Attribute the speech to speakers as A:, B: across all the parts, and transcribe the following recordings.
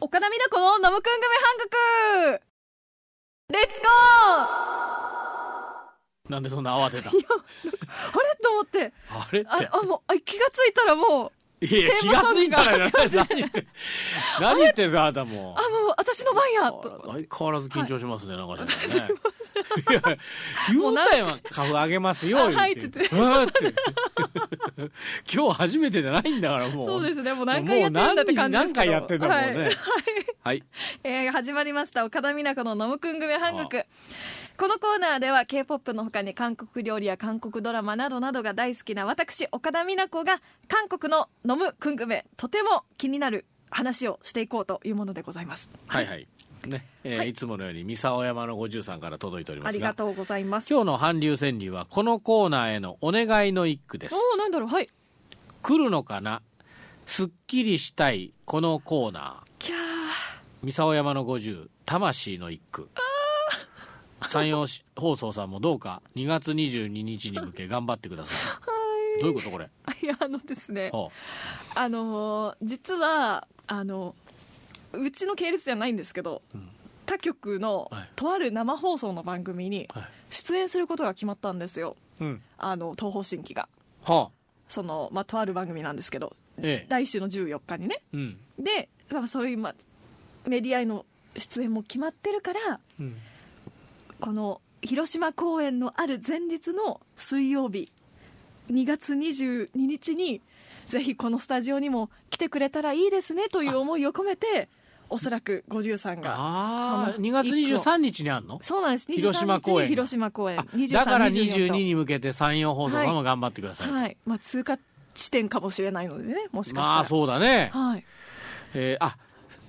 A: 岡田美奈子のノムくん組半額レッツゴ
B: なんでそんな慌てた
A: ーあれと思って。
B: あれっ
A: あ
B: て。
A: あ、もう、あ気がついたらもう、
B: いやいや、
A: テ
B: 気
A: ーマソ
B: がつ
A: ング
B: いた らやらない。何言って、何言ってんすか、あなたも
A: あ、。もう私の番や
B: 相
A: と。
B: 変わらず緊張しますね、なんか ちゃんね。いや、言うたやん、株上げますよ、
A: あ
B: 言う
A: はい
B: て。
A: って言っ
B: うわー って。今日初めてじゃないんだから、もう。
A: そうですね、もう何回やってるんだって感じですけど。
B: もう何回やってんだもうね
A: はい。
B: はい。
A: えー始まりました岡田美奈子のノムくん組半額このコーナーでは K-POP の他に韓国料理や韓国ドラマなどなどが大好きな私岡田美奈子が韓国のノムくん組とても気になる話をしていこうというものでございます
B: はいはい。ね、えーい、つものように、三沢山の五十さんから届いており
A: あ
B: ます
A: り
B: が。
A: がとうございます
B: 今日の韓流川柳は、このコーナーへのお願いの一句です。
A: おおなんだろうはい
B: 来るのかなすっきりしたい、このコーナー。
A: キャー
B: 三沢山の50魂の一句山陽し放送さんもどうか2月22日に向け頑張ってくださいどういうことこれ
A: あいやあのですね
B: ほ
A: あのー実はあのうちの系列じゃないんですけど、
B: ん
A: 他局の
B: はい
A: とある生放送の番組に
B: うはい
A: 出演することが決まったんですよ
B: うん
A: あの東方神起が
B: はあ
A: その、まあ、とある番組なんですけど
B: ええ
A: 来週の14日にね
B: うん
A: でまあそういう、まあ、メディアへの出演も決まってるから
B: うん
A: この広島公演のある前日の水曜日2月22日にぜひこのスタジオにも来てくれたらいいですねという思いを込めておそらく53が
B: ああ
A: その
B: 2月23日にあんの
A: そうなんです23日に
B: 広島公演が
A: 広島公演
B: あ
A: 23
B: だから
A: 24
B: 22
A: と
B: に向けて山陽放送さん
A: は
B: も頑張ってください、
A: はいまあ、通過地点かもしれないのでねもしかしたら、
B: まあそうだね、
A: はい、
B: えーあ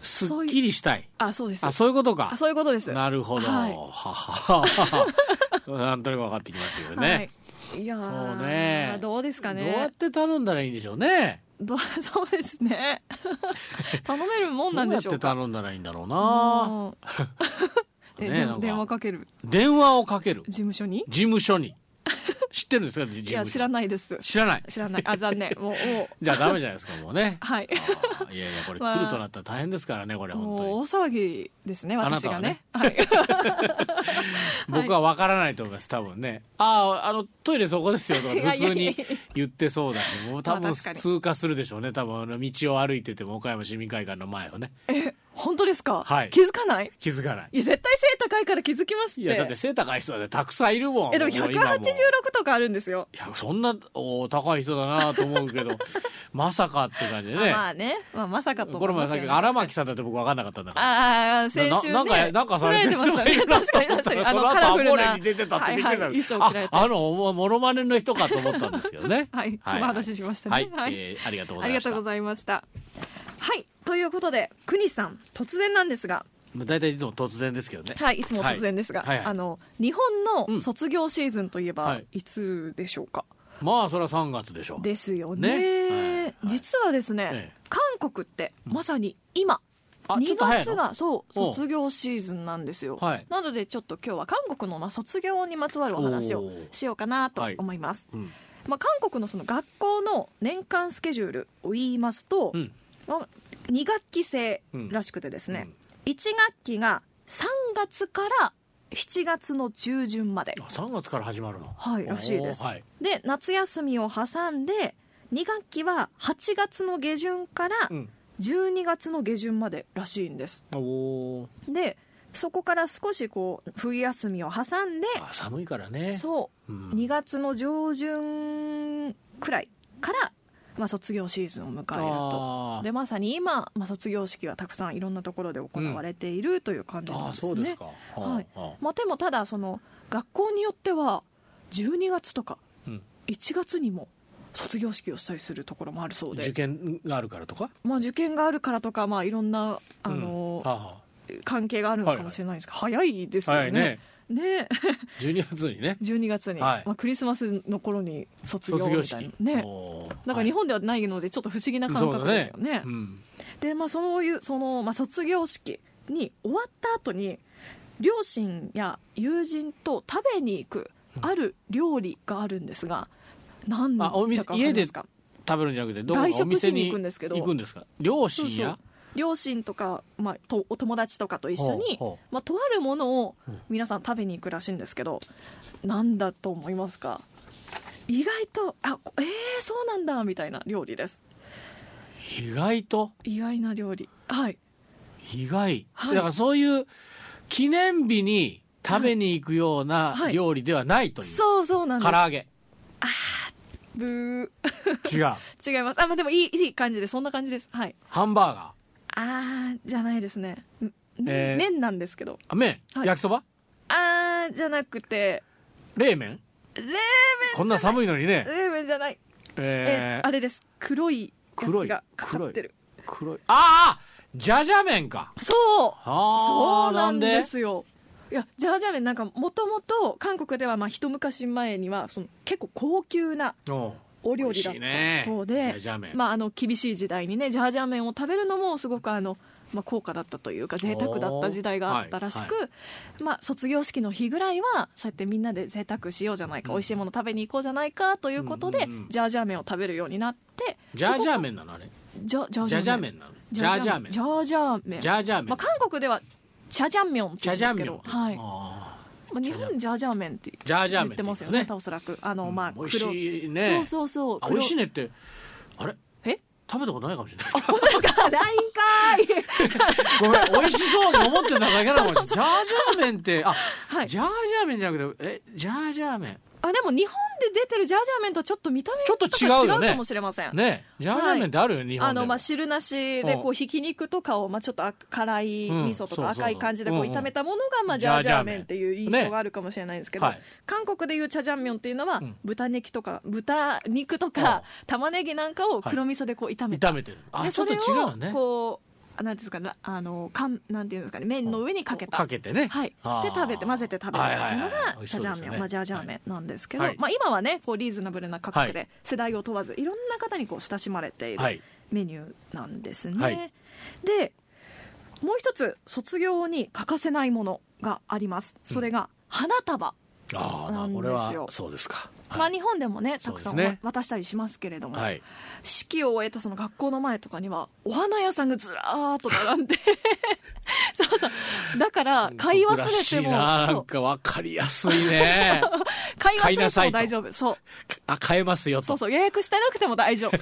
B: すっきりしたい
A: あそうです
B: あそういうことか
A: あそういうことです
B: なるほど、
A: はい
B: ははははなんとなく分かってきましたけどね、
A: はい、いやー
B: そうね
A: どうですか
B: どうやっ
A: ね
B: て頼んだらいいんでしょうね
A: どう そうです ね頼めるもんなんでしょう
B: どうやっ
A: か
B: て頼んだらいいんだろうな、
A: うんえ
B: ね
A: で
B: なんか
A: 電話かける
B: 電話をかける
A: 事務所に
B: 事務所に知ってるんですか事
A: い
B: 務所
A: や知らないです
B: 知らない
A: 知らないあ残 念もうもう
B: じゃあダメじゃないですかもうね
A: はい
B: あーいやいやこれ
A: まあ
B: 来るとなったら大変ですからねこれ本当
A: もう
B: に
A: 大騒ぎですね私がね はい、
B: 僕は分からないと思います多分ねあああのトイレそこですよとか
A: いや
B: 普
A: いや
B: 通
A: いや
B: に言ってそうだしもう多
A: まあ
B: 分
A: 確かに
B: 通過するでしょうね多分あの道を歩いてても岡山市民会館の前をね
A: 本当ですか、
B: はい
A: 気づかない
B: 気づかない
A: いや絶対背高いから気づきますって
B: いやだって背高い人だってたくさんいるもん
A: えでも
B: もう今も
A: 186とかあるんですよ
B: いやそんなお高い人だなと思うけど まさかって感じでね、
A: あまあね、まあ、まさかと
B: これもさっき荒牧さんだって僕分かんなかったんだから
A: ああ、先週、ね、
B: ななんかなんかされてる
A: 捉えましたね。
B: 人がい
A: 確
B: る
A: かに
B: な
A: 確かに。あの、
B: と思っ
A: カ
B: たら
A: ラ
B: そ
A: フル
B: の後ア
A: な。
B: モーレに出てたってびっくりした
A: はいはい、衣装を着られて。
B: ああのもものまねの人かと思ったんですけどね
A: はいこの話しましたね
B: はい、
A: はい
B: えーありがとうご
A: あ
B: ざい
A: りが
B: ました
A: とうございました。はい、ということで、国さん、突然なんですが、
B: まあ大体いつも突然ですけどね
A: はい、いつも突然ですが、
B: はいはいはい
A: あの、日本
B: う
A: の
B: ん
A: 卒業シーズンといえ
B: は
A: ば
B: い、
A: いつでしょうか。
B: まあそれは3月でしょう
A: ですよね
B: ねはい
A: 実はですね、
B: ええ
A: 韓国って、まさに今、
B: あち
A: 2
B: ょっと早い
A: 月
B: の
A: がそう
B: おう
A: 卒業シーズンなんですよ、
B: はい
A: なのでちょっと今日は韓国のまあ卒業にまつわるお話
B: お
A: を
B: ー
A: しようかなと
B: はい
A: 思います、
B: うん
A: まあ、韓国のその学校の年間スケジュールを言いますと、
B: うん
A: まあ2学期制らしくてですね、1学期が3月から7月の中旬まで
B: うん、あ3月から始まるの
A: はいらしいです
B: おーはい
A: で夏休みを挟んで2学期は8月の下旬から
B: うん
A: 12月の下旬までらしいんです
B: おおー
A: でそこから少しこう冬休みを挟んで
B: あ寒いからね、
A: そう
B: ん
A: う2月の上旬くらいから、まあ、卒業シーズンを迎えると
B: あー
A: でまさに今、まあ、卒業式はたくさんいろんなところで行われているという感じ
B: あ
A: なん
B: あ
A: ですね、
B: そうですか、
A: はい
B: ああ
A: まあ、でもただその学校によっては12月とか
B: うん
A: 1月にも卒業式をしたりするところもあるそうで
B: 受験があるからとか
A: まあ、受験があるからとか、まあ、いろんなあ
B: うん
A: の、
B: あ
A: 関係があるのかもしれないですが、早いです
B: あ
A: よ
B: はいね
A: ねね
B: 12月にね
A: 12月に、
B: はい
A: まあ、クリスマスの頃に卒業
B: 卒業
A: みた
B: 式
A: いなね
B: おー
A: なんか日本ではないのでちょっと不思議な感覚ですよね
B: はいうん
A: でまあそういうその、まあ、卒業式に終わった後に両親や友人と食べに行く
B: うん
A: ある料理があるんですが、何だか
B: あお
A: 分
B: 店
A: かりますか
B: 食べるんじゃなくてどこか
A: 外食
B: お店
A: しに行くんですけど
B: 行くんですか両
A: そう
B: 親
A: そ
B: や
A: う両親とか、まあ、とお友達とかと一緒に
B: ほうほ、
A: まあ、とあるものを
B: うん
A: 皆さん食べに行くらしいんですけど、なんだと思いますか意外とあこえー、そうなんだみたいな料理です
B: 意外と
A: 意外な料理はい
B: 意外、
A: はい
B: だからそういう記念日に食べに行くよう
A: はい
B: な
A: はい
B: 料理ではないという、
A: そうそうなんです
B: 唐揚げ
A: ブー
B: 違う
A: 違いますあ、まあ、でもいいいい感じですそんな感じですはい
B: ハンバーガー
A: あーじゃないですね、ん
B: えー
A: 麺なんですけど
B: あ麺、
A: はい
B: 焼きそば
A: あーじゃなくて
B: 冷麺
A: 冷
B: こんな寒いのにね、
A: 麺冷麺じゃないえ
B: えー
A: あれです黒いや
B: 黒
A: つ
B: い
A: がかかってる
B: 黒いああじゃじゃ麺か
A: そう
B: あ
A: そ
B: あ
A: うなんですよいやジャージャー麺なんかもともと韓国ではまあ一昔前にはその結構高級な
B: お
A: お料理だったそうで、
B: ジャジャ麺、
A: まあ、あの厳しい時代にねジャージャー麺を食べるのもすごくあの、まあ、高価だったというか贅沢だった時代があったらしく、
B: おー
A: まあ、卒業式の日ぐらいはそうやってみんなで贅沢しようじゃないか、
B: うん
A: 美味しいもの食べに行こうじゃないかということで、
B: うんうんうん
A: ジャージャー麺を食べるようになって
B: ジャージャー麺なのあれ
A: ジャジャ
B: ジャ
A: ー
B: ジ
A: ジ
B: ャ
A: ャ
B: ー
A: ー麺
B: 麺なのジャージャー麺
A: ジャージャー麺
B: ジャージャー麺
A: まあ、韓国ではチャジャンミョンって
B: ジ
A: 言
B: ャ
A: うん
B: ジ
A: で
B: ャー
A: すけど、
B: 麺
A: はいま
B: あ
A: あ、日本ジャージャー麺って
B: ージャージャー
A: 言
B: 麺
A: ってますよ
B: 言
A: ね
B: い
A: おそらくあの、
B: うん
A: まあ
B: 美味しい
A: 黒
B: ね
A: そうそうそう
B: あ美味しい
A: ね
B: ねってあれ
A: え
B: 食べたことないかもしれな い
A: がないんかい
B: ごめん美味 しそうに思ってただけ なのかもしれないジャージャー麺ってあ、
A: はい
B: ジャージャー麺じゃなくてえジャージャー麺
A: あでも日本で出てるジャージャー麺とちょっと見た目
B: ちょっと違うよね
A: かもしれません、
B: ねジャージャー麺ってあるよね、日本で
A: あのまあ
B: も
A: 汁なしでこ
B: う
A: うひき肉とかをまあちょっとあ辛い
B: うん
A: 味噌と
B: そうそう
A: か赤い感じでこう
B: うんうん
A: 炒めたものがまあ
B: ジ
A: ジ
B: ャ
A: ャー
B: ージ
A: ジ
B: ャ
A: ャ
B: ー
A: ー
B: 麺
A: 麺っていう印象があるかもしれないんですけど
B: はい
A: 韓国でいうチャジャンミョンっていうのは
B: うん
A: 豚肉とか豚肉とか玉ねぎなんかを黒味噌でこう炒めて
B: 炒めてるあ
A: で
B: ちょ
A: そ
B: っと
A: れ
B: 違
A: を
B: うね
A: こうなんていうんですかなあのかんなんていうんですかね麺の上にかけた
B: かけてね、
A: はい、で
B: あー
A: 食べて混ぜて食べるっていうの
B: はいはいはい
A: が
B: 美味し
A: ジ
B: そ
A: ャ
B: う
A: ジャー
B: ですよね
A: 麺、まあ、ジャージャー麺なんですけど、
B: はい
A: まあ、今はねこうリーズナブルな価格
B: は
A: で世代を問わずいろんな方にこう親しまれている
B: はい
A: メニューなんですね、
B: はい
A: でもう一つ卒業に欠かせないものがありますそれが花束、
B: ああまあ
A: なんですよ
B: これはそうですか、
A: まあ、
B: はい
A: 日本でもねたくさん
B: そうですね
A: 渡したりしますけれども、
B: はい
A: 式を終えたその学校の前とかにはお花屋さんがずらーっと並ん でそうそうだから買い忘
B: らし
A: れ
B: い
A: ても
B: なな
A: そうん
B: かわかりやすい ね
A: 買い
B: 買いな
A: 忘
B: さ
A: れて
B: いと
A: も大丈夫そう
B: あ買えますよと
A: そうそう予約してなくても大丈夫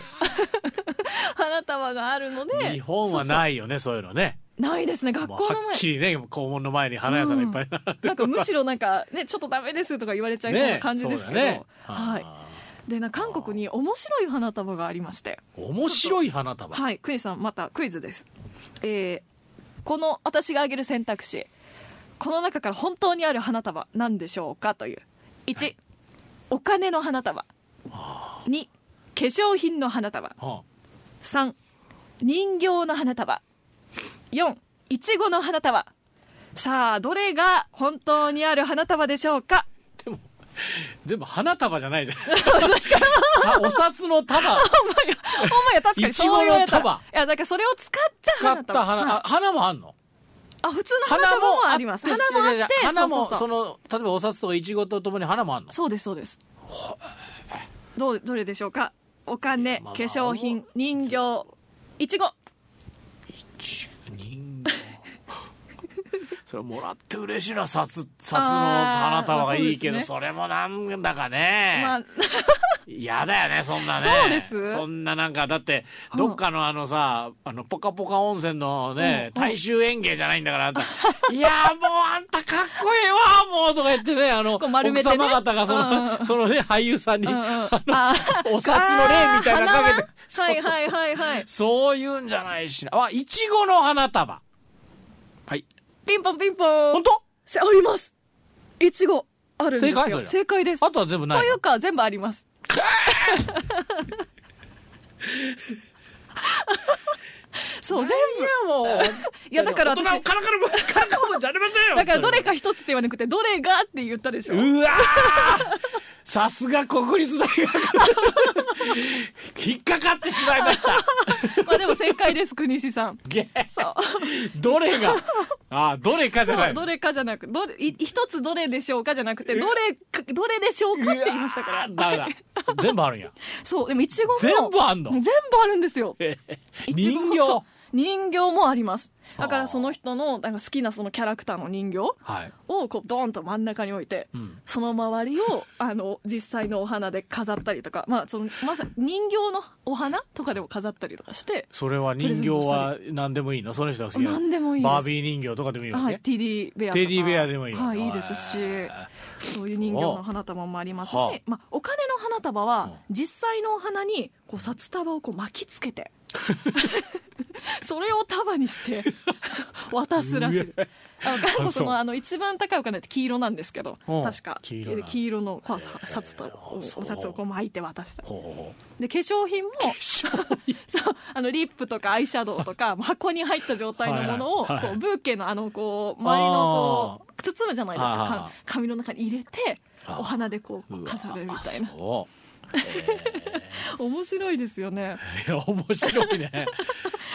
A: 花束があるので
B: 日本は
A: そう
B: ないよねそういうのね
A: そうないですね学
B: もう
A: 校の
B: はっ
A: 前
B: きりね校門の前に花屋さんがいっぱい並んで
A: なんかむしろなんかねちょっとダメですとか言われちゃいそうな感じですけど、
B: ねそうだね
A: はい
B: あ
A: でな韓国に面白い花束がありまして
B: ー面白い花束
A: はいクイズさんまたクイズですえーこの私が挙げる選択肢この中から本当にある花束なんでしょうかという1、お金の花束2化粧品の花束
B: は
A: 3人形の花束4いちごの花束さあどれが本当にある花束でしょう か
B: あでも全部花束じゃな いじゃんさお札の束
A: お前確かにそう言われた
B: いちごの束
A: いやだからそれを使った
B: 使っ
A: 花束
B: た花、
A: はい
B: あ花もあんの
A: あ普通の花束もあります花もあって
B: いやいやいや花も
A: そうそう
B: そ
A: そう
B: の例えばお札とかいちごとともに花もあ んの
A: そうですそうですどうどれでしょうかお金、
B: まあまあ
A: 化粧品人形いちご
B: 人形それもらって嬉しいな札札の花束がいいけど、
A: あーまあ
B: それもなんだかね、
A: まあ
B: 嫌だよねそんなね
A: そうです
B: んななんかだってどっかのあのさ、あのポカポカ温泉のね、
A: うんうん
B: 大衆園芸じゃないん だからあんた「いやーもうあんたかっこいいわもう」とか言ってねあの
A: こう丸めてね
B: 奥様方がその,、
A: うんうん
B: そのね俳優さんに、
A: うんうん
B: あ
A: あ
B: のお札の例みたいなのかけて
A: 花ははいはいはいはい
B: そういうんじゃないしなあいちごの花束はい
A: ピンポンピンポン
B: 本当
A: せありますいちごあるんですよ
B: 正解それ
A: 正解です
B: あとは全部ない
A: と
B: の
A: いうか全部あり ますそう全部
B: もう
A: いやだから
B: 大
A: 私
B: 人をからかるもからかるもんじゃありませんよ
A: だからどれか一つって言わなくてどれがって言ったでしょ
B: うわーさすが国立大学引っかかってしまいま した
A: まあでも正解です国石さん
B: げー
A: そう
B: どれがあーどれかじゃな
A: そう
B: い
A: どれかじゃなくどれい一つどれでしょうかじゃなくてどれかどれでしょうかって言いましたか
B: う
A: ら
B: わーダメだ 全部あるんや
A: そうでもいちごも
B: 全部あんの
A: 全部あるんですよ
B: えー
A: いちご
B: 人
A: も
B: 形
A: そう人形もあります
B: あー
A: だからその人のなんか好きなそのキャラクターの人形を
B: はい。
A: こうドーンと真ん中に置いて、
B: うん
A: その周り をあの実際のお花で飾ったりとか、まあ、そのまさに人形のお花とかでも飾ったりとかして、
B: それは人形は何でもいいのその人が好きな。
A: 何でもいいです
B: バービー人形とかでもいいわ
A: は
B: け、
A: い、テディベアとか
B: テディベアでもいいわけ
A: はい、いいですし
B: へ
A: そういう人形の花束もありますし
B: はあ、
A: まあ、お金の花束は実際のお花にこう札束をこう巻きつけ てそれを束にして渡すらしい。あの韓
B: あそう
A: 国のあの一番高いお金って黄色なんですけど
B: うん
A: 確か
B: 黄色な
A: のこう
B: へえ
A: 札束をお
B: そう
A: 札をこう巻いて渡した
B: ほうほうほ
A: で化粧 品もそうあのリップとかアイシャドウと か箱に入った状態のものをこ
B: はいはいう
A: ブーケのあのこう周りのこう包むじゃないですか
B: はいはいは
A: か紙の中に入れて
B: あー
A: お花でこ
B: うう
A: う
B: わ
A: 飾るみたい
B: あ
A: な
B: そうへ
A: 面白いですよね
B: えいや面白 いね。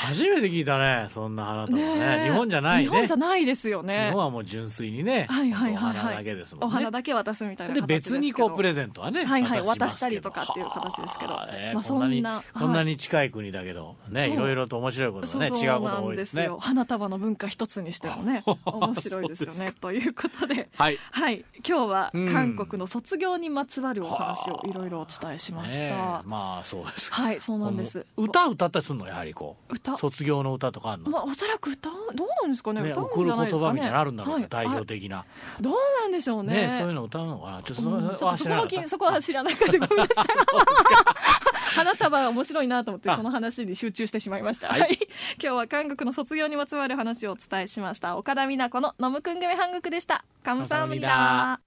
B: 初めて聞いたね、そんな花束ね。
A: ねえ
B: 日本じゃないね。
A: 日本じゃないですよね
B: 日本はもう純粋にね、
A: はいはいはいはい
B: お花だけですも
A: お
B: んね。
A: 花だけ渡すみたいな
B: で
A: 形ですけど
B: 別にこうプレゼントは
A: は
B: ね、
A: いはい
B: ますけど
A: 渡したりとかっていう形ですけど
B: はあね
A: まあ
B: こんなに
A: そんな
B: こんなに近い国だけどね、
A: そう
B: いろいろと面白いことね、違うことが多いです
A: そ
B: ね
A: うなんよ。花束の文化一つにしても ね面白いですよ
B: そうで
A: ねということで
B: はい。
A: はい今日は
B: うん
A: 韓国の卒業にまつわるお話をいろいろお伝えしました、
B: ねえまあそうです。
A: はいそうなんです
B: もう歌歌ったりするのやはりこう
A: 歌
B: 卒業の歌とかあるの。
A: まあ、おそらく歌うどうなんですかね
B: ね、
A: 歌う
B: 送
A: ん
B: る
A: じゃ
B: 言
A: ないですかね
B: 葉みたいなのあるんだろうね、
A: はい
B: 代表的な、
A: あどうなんでしょうね
B: ねそういうの歌うのかなちょっとそ
A: うん
B: れ
A: ちょっと
B: は
A: そ
B: 知
A: こ
B: らなか
A: は
B: っ
A: 気に
B: た
A: そこは知らなくてごめんなさい花束が面白いなと思って
B: あ
A: その話に集中してしまいました、は
B: はいい
A: 今日は韓国の卒業にまつわる話をお伝えしました岡田美奈子の「ノムくん組韓国」でしたカムサハムニダ